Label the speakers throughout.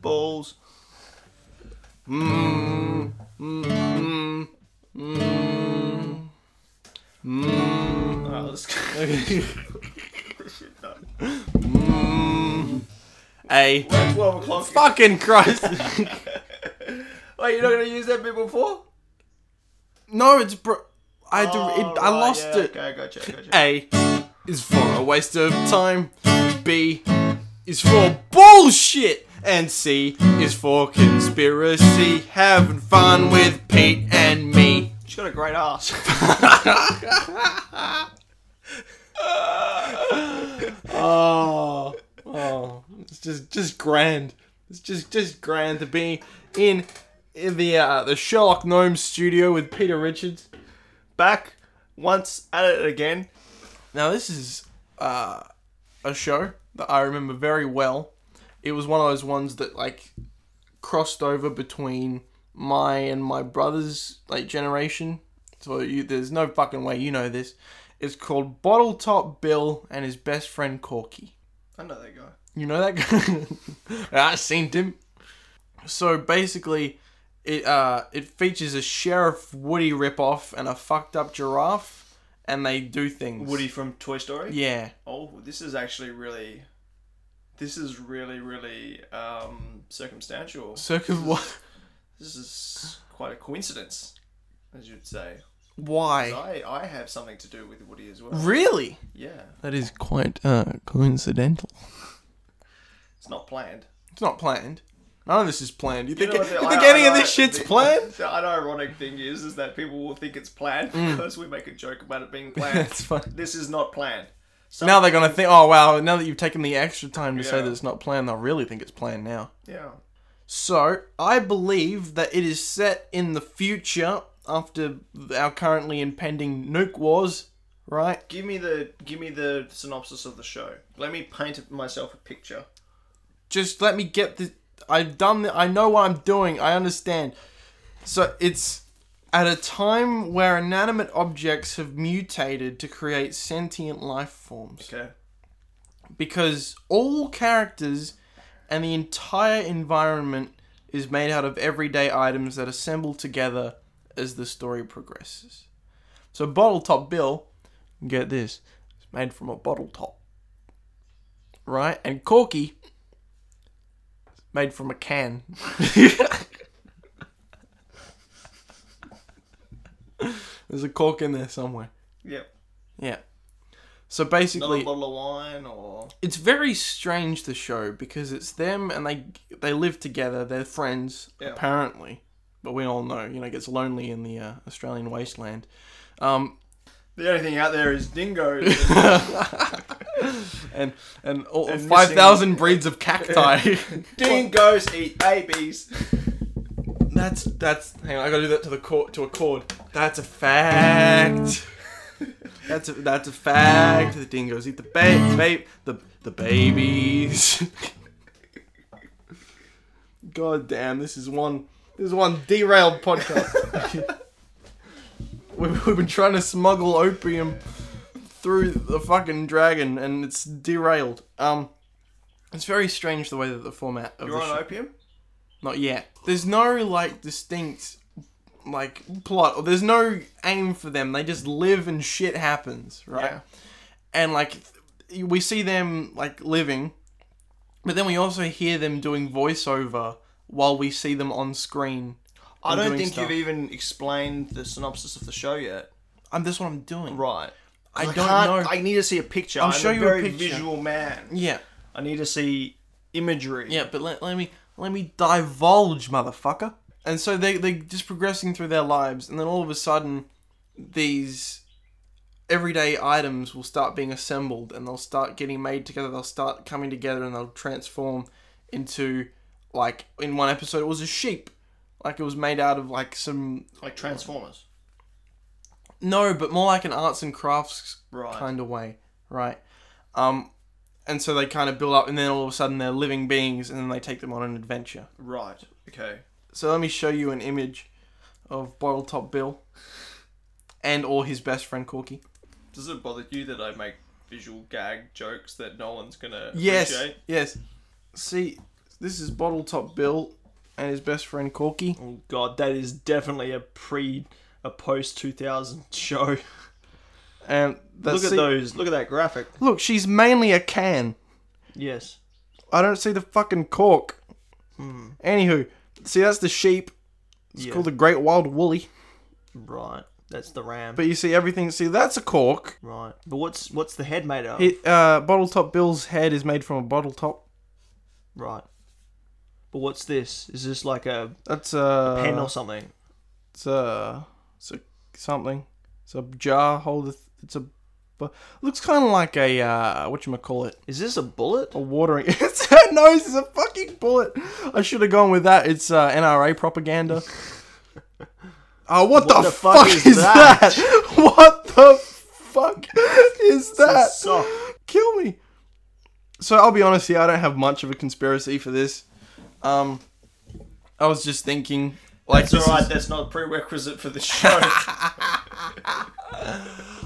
Speaker 1: balls. Mmm. Mmm. Mmm. Mmm.
Speaker 2: Alright, let's go.
Speaker 1: Okay.
Speaker 2: This shit done.
Speaker 1: Mmm. A.
Speaker 2: We're at 12 o'clock.
Speaker 1: Fucking Christ.
Speaker 2: Wait, you're not going to use that bit before?
Speaker 1: no, it's bro. I had to. it, I
Speaker 2: Oh, right,
Speaker 1: lost
Speaker 2: yeah,
Speaker 1: it.
Speaker 2: Okay, gotcha, gotcha.
Speaker 1: A is for a waste of time. B is for bullshit. And C is for conspiracy. Having fun with Pete and me.
Speaker 2: She's got a great ass.
Speaker 1: Oh, oh, it's just just grand. It's just just grand to be in, in the uh, the Sherlock Gnomes studio with Peter Richards.
Speaker 2: Back once at it again.
Speaker 1: Now this is uh, a show that I remember very well. It was one of those ones that like crossed over between my and my brother's like generation. So you, there's no fucking way you know this. It's called Bottle Top Bill and his best friend Corky.
Speaker 2: I know that guy.
Speaker 1: You know that guy? I seen him. So basically, it uh, it features a Sheriff Woody ripoff and a fucked up giraffe, and they do things.
Speaker 2: Woody from Toy Story.
Speaker 1: Yeah.
Speaker 2: Oh, this is actually really. This is really, really um, circumstantial.
Speaker 1: Circus. What?
Speaker 2: This is quite a coincidence, as you'd say.
Speaker 1: Why?
Speaker 2: I, I have something to do with Woody as well.
Speaker 1: Really?
Speaker 2: Yeah,
Speaker 1: That is quite uh, coincidental.
Speaker 2: it's not planned.
Speaker 1: It's not planned. None of this is planned. You,
Speaker 2: You
Speaker 1: think,
Speaker 2: know what the-
Speaker 1: you think
Speaker 2: I-
Speaker 1: any
Speaker 2: I
Speaker 1: of
Speaker 2: know-
Speaker 1: this shit's
Speaker 2: the-
Speaker 1: planned?
Speaker 2: The unironic thing is, is that people will think it's planned because we make a joke about it being planned.
Speaker 1: That's Mm. fine.
Speaker 2: this is not planned. So,
Speaker 1: Now they're gonna think, oh wow! Now that you've taken the extra time to say
Speaker 2: Yeah.
Speaker 1: that it's not planned, they'll really think it's planned now.
Speaker 2: yeah,
Speaker 1: So, I believe that it is set in the future after our currently impending nuke wars, right?
Speaker 2: give me the give me the synopsis of the show. Let me paint myself a picture.
Speaker 1: Just let me get the. I've done the. I know what I'm doing. I understand. So, it's at a time where inanimate objects have mutated to create sentient life forms.
Speaker 2: Okay.
Speaker 1: because all characters and the entire environment is made out of everyday items that assemble together as the story progresses. So Bottle Top Bill, get this, is made from a bottle top. Right? And Corky is made from a can. There's a cork in there somewhere.
Speaker 2: Yep.
Speaker 1: Yeah. So
Speaker 2: Another
Speaker 1: basically
Speaker 2: bottle of wine or
Speaker 1: it's very strange the show because it's them and they they live together. They're friends
Speaker 2: Yeah.
Speaker 1: apparently, but we all know you know it gets lonely in the uh, Australian wasteland. Um,
Speaker 2: the only thing out there is dingoes.
Speaker 1: and and, all
Speaker 2: And
Speaker 1: five thousand breeds of cacti.
Speaker 2: dingoes eat babies.
Speaker 1: that's that's. Hang on, I gotta do that to the chord to a chord. That's a fact. That's a, that's a fact. The dingoes eat the ba- ba- the the babies. God damn, this is one this is one derailed podcast. we've, we've been trying to smuggle opium through the fucking dragon, and it's derailed. Um, it's very strange the way that the format of
Speaker 2: You're
Speaker 1: the
Speaker 2: on
Speaker 1: show.
Speaker 2: opium.
Speaker 1: Not yet. There's no like distinct like plot or there's no aim for them. They just live and shit happens, right?
Speaker 2: Yeah.
Speaker 1: And like th- we see them like living, but then we also hear them doing voiceover while we see them on screen.
Speaker 2: I
Speaker 1: I'm
Speaker 2: don't
Speaker 1: doing
Speaker 2: think
Speaker 1: stuff.
Speaker 2: you've even explained the synopsis of the show yet.
Speaker 1: I'm that's what I'm doing.
Speaker 2: Right.
Speaker 1: I don't
Speaker 2: can't-
Speaker 1: know.
Speaker 2: I need to see a picture. i am
Speaker 1: show
Speaker 2: a
Speaker 1: you a
Speaker 2: very
Speaker 1: picture.
Speaker 2: visual man.
Speaker 1: Yeah.
Speaker 2: I need to see imagery.
Speaker 1: Yeah, but let, let me let me divulge, motherfucker. And so they they just progressing through their lives, and then all of a sudden, these everyday items will start being assembled, and they'll start getting made together. They'll start coming together, and they'll transform into like in one episode it was a sheep, like it was made out of like some
Speaker 2: Like Transformers.
Speaker 1: no, but more like an arts and crafts
Speaker 2: Right.
Speaker 1: kind of way, right? Um, and so they kind of build up, and then all of a sudden they're living beings, and then they take them on an adventure.
Speaker 2: Right. Okay.
Speaker 1: So let me show you an image of Bottle Top Bill and or his best friend Corky.
Speaker 2: Does it bother you that I make visual gag jokes that no one's gonna
Speaker 1: Yes,
Speaker 2: appreciate?
Speaker 1: yes. See, This is Bottle Top Bill and his best friend Corky.
Speaker 3: Oh god, that is definitely a pre a post 2000 show.
Speaker 1: And that's
Speaker 3: Look at those. Look at that graphic.
Speaker 1: Look, she's mainly a can.
Speaker 3: Yes.
Speaker 1: I don't see the fucking cork. Anywho, see that's the sheep. It's
Speaker 3: Yeah.
Speaker 1: called the Great Wild Woolly.
Speaker 3: Right. That's the ram.
Speaker 1: But you see everything. See that's a cork.
Speaker 3: right. But what's what's the head made of?
Speaker 1: It, uh, bottle top Bill's head is made from a bottle top.
Speaker 3: Right. But what's this? Is this like a
Speaker 1: That's uh, a
Speaker 3: pen or something?
Speaker 1: It's a it's a something. It's a jar holder. th- It's a but looks kind of like a uh, what you call it?
Speaker 3: Is this a bullet?
Speaker 1: A watering. It's her nose is a fucking bullet. I should have gone with that. It's uh, NRA propaganda. Oh, what, the, fuck, is, that? What the fuck is that?
Speaker 3: sock.
Speaker 1: Kill me. So I'll be honest here. I don't have much of a conspiracy for this. Um, I was just thinking. Like
Speaker 2: It's
Speaker 1: this is-
Speaker 2: alright, that's not a prerequisite for the show.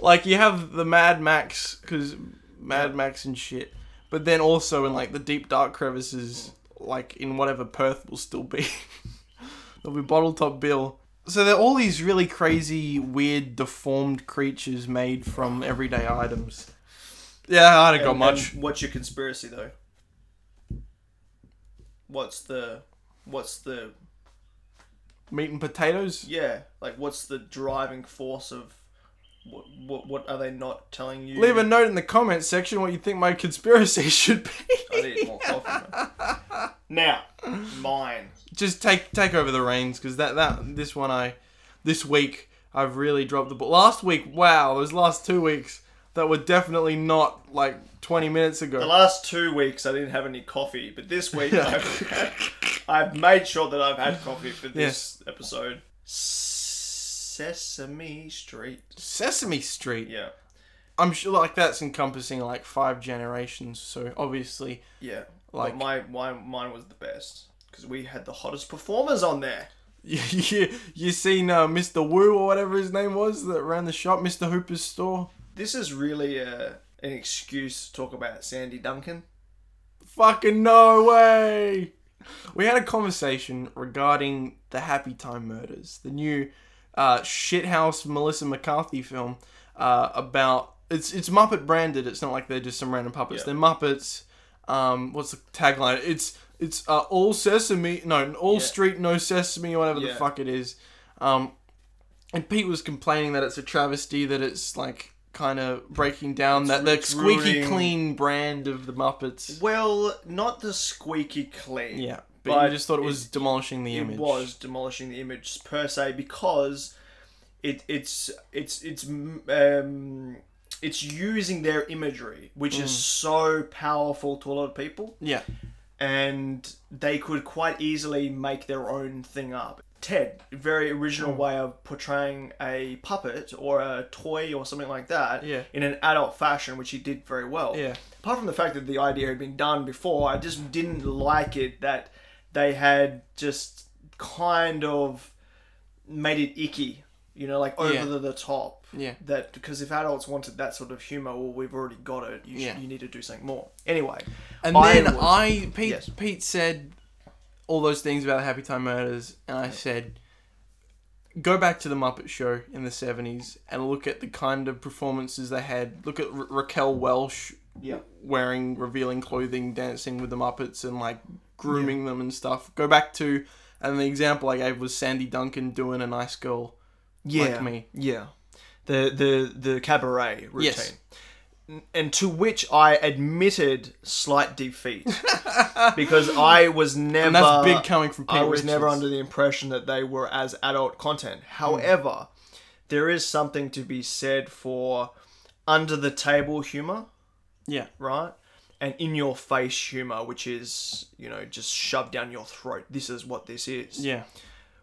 Speaker 1: like you have the Mad Max because Mad Max and shit, but then also in like the deep dark crevices, like in whatever Perth will still be, there'll be Bottle Top Bill. So they're all these really crazy, weird, deformed creatures made from everyday items. Yeah, I don't got
Speaker 2: And-
Speaker 1: much.
Speaker 2: and what's your conspiracy though? What's the what's the
Speaker 1: Meat and potatoes.
Speaker 2: yeah, like what's the driving force of what what, what are they not telling you?
Speaker 1: Leave a note in the comments section what you think my conspiracy should
Speaker 2: I
Speaker 1: be.
Speaker 2: need more coffee. man. now, mine.
Speaker 1: just take take over the reins because that that this one I this week I've really dropped the ball. Last week, wow, those last two weeks that were definitely not like twenty minutes
Speaker 2: The
Speaker 1: ago.
Speaker 2: last two weeks I didn't have any coffee, but this week I've, had, I've made sure that I've had coffee for this episode. Sesame Street.
Speaker 1: Sesame Street.
Speaker 2: Yeah,
Speaker 1: I'm sure like that's encompassing like five generations. So obviously,
Speaker 2: yeah.
Speaker 1: Like-
Speaker 2: Like my, my mine was the best because we had the hottest performers on there.
Speaker 1: you you, you seen uh, Mr. Woo or whatever his name was that ran the shop, Mr. Hooper's store.
Speaker 2: This is really a, an excuse to talk about Sandy Duncan.
Speaker 1: Fucking no way. We had a conversation regarding the Happy Time Murders, the new uh, shithouse Melissa McCarthy film uh, about it's it's Muppet branded. It's not like they're just some random puppets.
Speaker 2: Yeah.
Speaker 1: They're Muppets. Um, what's the tagline? It's it's uh, all sesame, no, all
Speaker 2: Yeah.
Speaker 1: street, no sesame, or whatever the
Speaker 2: Yeah.
Speaker 1: fuck it is. Um, and Pete was complaining that it's a travesty, that it's like kind of breaking down that the
Speaker 2: it's
Speaker 1: squeaky
Speaker 2: ruining-
Speaker 1: clean brand of the Muppets.
Speaker 2: Well, not the squeaky clean.
Speaker 1: Yeah, but,
Speaker 2: but
Speaker 1: you just thought it was demolishing the
Speaker 2: it
Speaker 1: image.
Speaker 2: was demolishing the image per se because it it's it's it's um it's using their imagery which
Speaker 1: Mm.
Speaker 2: is so powerful to a lot of people
Speaker 1: Yeah,
Speaker 2: and they could quite easily make their own thing up ted very
Speaker 1: Hmm.
Speaker 2: original way of portraying a puppet or a toy or something like that
Speaker 1: Yeah.
Speaker 2: in an adult fashion which he did very well
Speaker 1: yeah,
Speaker 2: apart from the fact that the idea had been done before, I just didn't like it that they had just kind of made it icky, you know, like over
Speaker 1: Yeah.
Speaker 2: the, the top.
Speaker 1: yeah.
Speaker 2: That because if adults wanted that sort of humor, well, we've already got it. You, sh-
Speaker 1: Yeah.
Speaker 2: you need to do something more. Anyway,
Speaker 1: And
Speaker 2: I
Speaker 1: then
Speaker 2: was-
Speaker 1: I, Pete,
Speaker 2: Yes.
Speaker 1: Pete said all those things about the Happy Time Murders, and I said, go back to the Muppet Show in the seventies and look at the kind of performances they had. Look at Ra- Raquel Welch
Speaker 2: yeah,
Speaker 1: wearing revealing clothing, dancing with the Muppets, and like grooming them and stuff. Go back to, and the example I gave was Sandy Duncan doing a nice girl.
Speaker 2: yeah,
Speaker 1: me.
Speaker 2: yeah. The the the cabaret routine.
Speaker 1: Yes.
Speaker 2: and to which I admitted slight defeat because I was never
Speaker 1: And that's big coming from Pete
Speaker 2: I was never
Speaker 1: Richards. Hmm.
Speaker 2: under the impression that they were as adult content. However, there is something to be said for under the table humor,
Speaker 1: Yeah,
Speaker 2: right? And in your face humor, which is, you know, just shoved down your throat. This is what this is.
Speaker 1: yeah,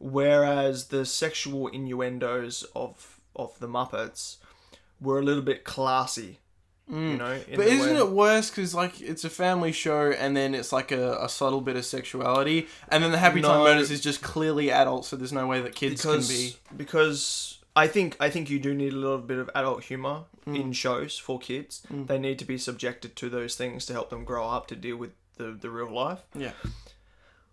Speaker 2: Whereas the sexual innuendos of of the Muppets were a little bit classy. You know, in
Speaker 1: Mm. But
Speaker 2: the
Speaker 1: isn't
Speaker 2: way-
Speaker 1: it worse because like it's a family show and then it's like a, a subtle bit of sexuality and then the Happy Time
Speaker 2: No.
Speaker 1: Murders is just clearly adult, so there's no way that kids
Speaker 2: because
Speaker 1: can be.
Speaker 2: because I think I think you do need a little bit of adult humor
Speaker 1: Mm.
Speaker 2: in shows for kids. They need to be subjected to those things to help them grow up to deal with the, the real life.
Speaker 1: Yeah,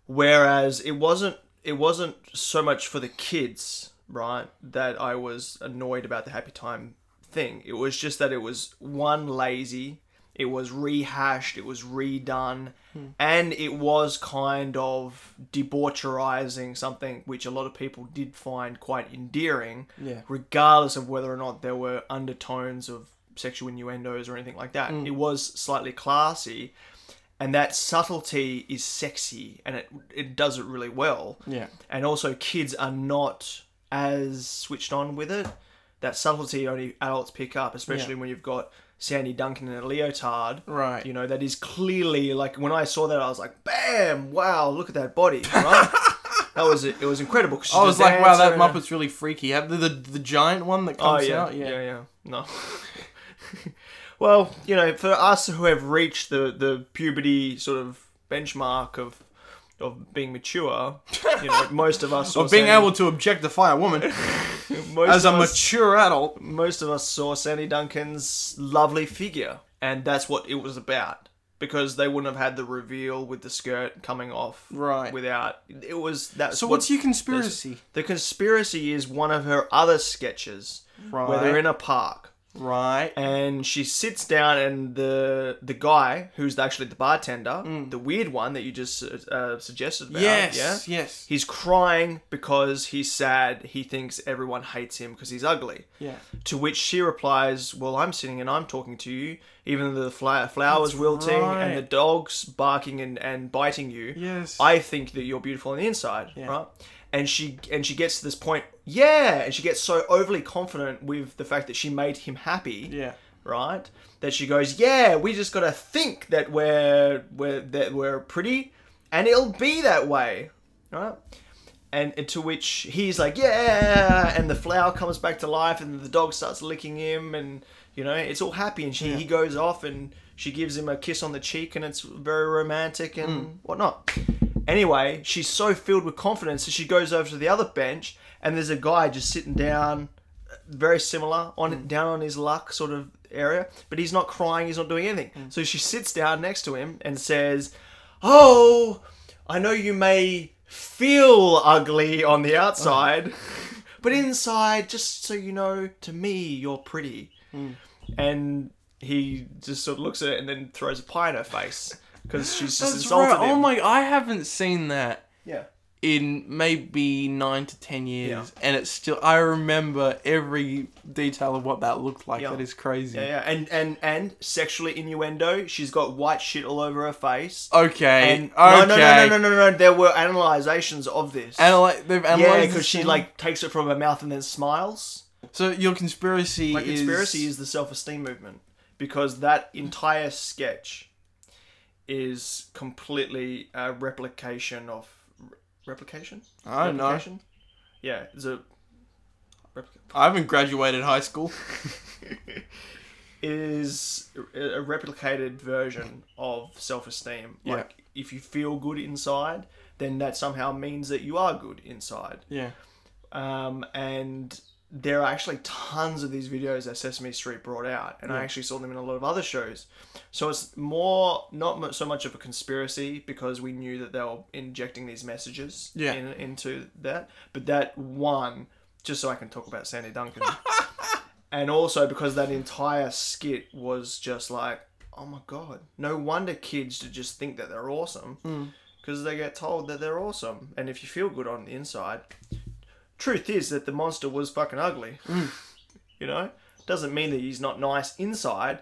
Speaker 2: Whereas it wasn't it wasn't so much for the kids, right, that I was annoyed about the happy time thing. It was just that it was one lazy, it was rehashed, it was redone, and it was kind of debaucherizing something which a lot of people did find quite endearing,
Speaker 1: Yeah.
Speaker 2: regardless of whether or not there were undertones of sexual innuendos or anything like
Speaker 1: Mm.
Speaker 2: that. It was slightly classy, and that subtlety is sexy, and it it does it really well.
Speaker 1: Yeah.
Speaker 2: And also, kids are not as switched on with it. That subtlety only adults pick up, especially when you've got Sandy Duncan in a leotard.
Speaker 1: Right.
Speaker 2: You know, that is clearly like when I saw that, I was like, "Bam! Wow! Look at that body!" Right? that was it. Was incredible. 'cause she's
Speaker 1: I
Speaker 2: a
Speaker 1: was like, wow, that
Speaker 2: dancer and-
Speaker 1: Muppet's really freaky. Have the, the the giant one that
Speaker 2: Oh
Speaker 1: comes
Speaker 2: yeah,
Speaker 1: out. Yeah.
Speaker 2: yeah, No. well, you know, for us who have reached the the puberty sort of benchmark of of being mature, you know, most of us saw
Speaker 1: Of being
Speaker 2: Sandy-
Speaker 1: able to objectify a woman
Speaker 2: most
Speaker 1: as a
Speaker 2: of us-
Speaker 1: mature adult.
Speaker 2: most of us saw Sandy Duncan's lovely figure, and that's what it was about. Because they wouldn't have had the reveal with the skirt coming off,
Speaker 1: Right.
Speaker 2: Without it was that.
Speaker 1: So what's your conspiracy?
Speaker 2: the conspiracy? Is one of her other sketches where
Speaker 1: Right.
Speaker 2: they're in a park,
Speaker 1: right.
Speaker 2: and she sits down and the the guy who's actually the bartender the weird one that you just uh, suggested about,
Speaker 1: Hmm. Yes.
Speaker 2: yeah
Speaker 1: Yes.
Speaker 2: he's crying because he's sad he thinks everyone hates him because he's ugly
Speaker 1: Yeah.
Speaker 2: to which she replies well i'm sitting and i'm talking to you even though the fla- flowers wilting
Speaker 1: right.
Speaker 2: and the dogs barking and, and biting you
Speaker 1: Yes.
Speaker 2: I think that you're beautiful on the inside, right? And she and she gets to this point, yeah, and she gets so overly confident with the fact that she made him happy,
Speaker 1: Yeah.
Speaker 2: right? That she goes, yeah, we just gotta think that we're we're that we're pretty, and it'll be that way, right? And, and to which he's like, yeah, and the flower comes back to life, and the dog starts licking him, and you know it's all happy, and she he goes off, and she gives him a kiss on the cheek, and it's very romantic and whatnot. Anyway, she's so filled with confidence that she goes over to the other bench, and there's a guy just sitting down, very similar on
Speaker 1: Mm.
Speaker 2: down on his luck sort of area, but he's not crying, he's not doing anything.
Speaker 1: Mm.
Speaker 2: So she sits down next to him and says, "Oh, I know you may feel ugly on the outside,
Speaker 1: Oh.
Speaker 2: but inside, just so you know, to me, you're pretty."
Speaker 1: Mm.
Speaker 2: And he just sort of looks at it and then throws a pie in her face because she's just
Speaker 1: That's
Speaker 2: insulted
Speaker 1: right.
Speaker 2: him.
Speaker 1: Oh my! I haven't seen that
Speaker 2: yeah.
Speaker 1: in maybe nine to ten years, and it's still. I remember every detail of what that looked like.
Speaker 2: Yeah.
Speaker 1: That is crazy.
Speaker 2: Yeah, yeah, and and and sexually innuendo. She's got white shit all over her face.
Speaker 1: Okay.
Speaker 2: And
Speaker 1: okay.
Speaker 2: no, no, no, no, no, no, no. There were analyzations of this.
Speaker 1: Analy- they've analyzed.
Speaker 2: yeah,
Speaker 1: the
Speaker 2: because she
Speaker 1: scene.
Speaker 2: like takes it from her mouth and then smiles.
Speaker 1: So your conspiracy
Speaker 2: My
Speaker 1: is
Speaker 2: conspiracy is the self-esteem movement because that entire sketch is completely a replication of re- replication.
Speaker 1: I don't know.
Speaker 2: Replication? Yeah, it's a replica.
Speaker 1: I haven't graduated high school.
Speaker 2: is a a replicated version of self-esteem.
Speaker 1: Yeah.
Speaker 2: Like if you feel good inside, then that somehow means that you are good inside.
Speaker 1: Yeah.
Speaker 2: Um, and there are actually tons of these videos that Sesame Street brought out, and I actually saw them in a lot of other shows. So it's more not mu- so much of a conspiracy because we knew that they were injecting these messages
Speaker 1: Yeah.
Speaker 2: in, into that, but that one just so I can talk about Sandy Duncan, and also because that entire skit was just like, oh my god, no wonder kids to just think that they're awesome. Because they get told that they're awesome, and if you feel good on the inside, truth is that the monster was fucking ugly.
Speaker 1: Mm.
Speaker 2: You know? Doesn't mean that he's not nice inside,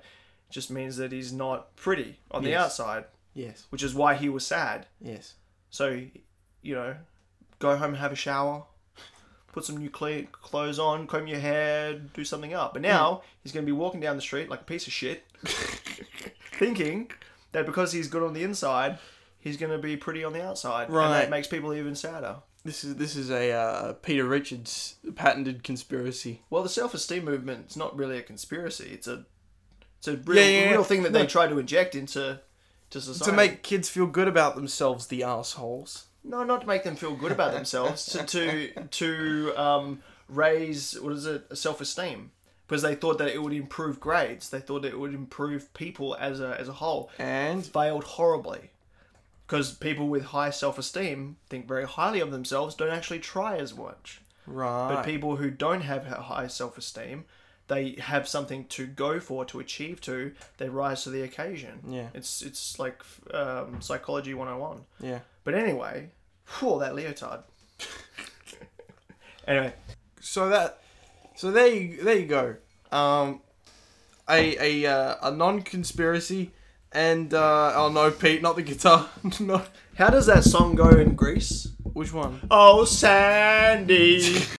Speaker 2: just means that he's not pretty on the
Speaker 1: Yes.
Speaker 2: outside,
Speaker 1: Yes.
Speaker 2: which is why he was sad.
Speaker 1: Yes.
Speaker 2: So, you know, go home and have a shower, put some new cle- clothes on, comb your hair, do something up.
Speaker 1: Mm.
Speaker 2: But now he's going to be walking down the street like a piece of shit, thinking that because he's good on the inside, he's going to be pretty on the outside. And
Speaker 1: Right.
Speaker 2: that makes people even sadder.
Speaker 1: This is this is a uh, Peter Richards patented conspiracy.
Speaker 2: Well, the self-esteem movement's not really a conspiracy. It's a it's a real,
Speaker 1: Yeah, yeah, yeah.
Speaker 2: real thing that they
Speaker 1: No.
Speaker 2: try to inject into to society.
Speaker 1: To make kids feel good about themselves, the assholes.
Speaker 2: no, not to make them feel good about themselves. to to to um, raise what is it self-esteem because they thought that it would improve grades. They thought it would improve people as a as a whole.
Speaker 1: And
Speaker 2: Failed horribly. because people with high self-esteem think very highly of themselves don't actually try as much
Speaker 1: Right.
Speaker 2: but people who don't have h- high self-esteem they have something to go for to achieve to they rise to the occasion
Speaker 1: Yeah.
Speaker 2: it's it's like um, psychology 101
Speaker 1: yeah.
Speaker 2: but anyway whew, that leotard anyway
Speaker 1: So that, so there you there you go. Um, a a uh, a non conspiracy, and uh, oh no, Pete, not the guitar. no.
Speaker 2: how does that song go in greece
Speaker 1: Which one?
Speaker 2: oh sandy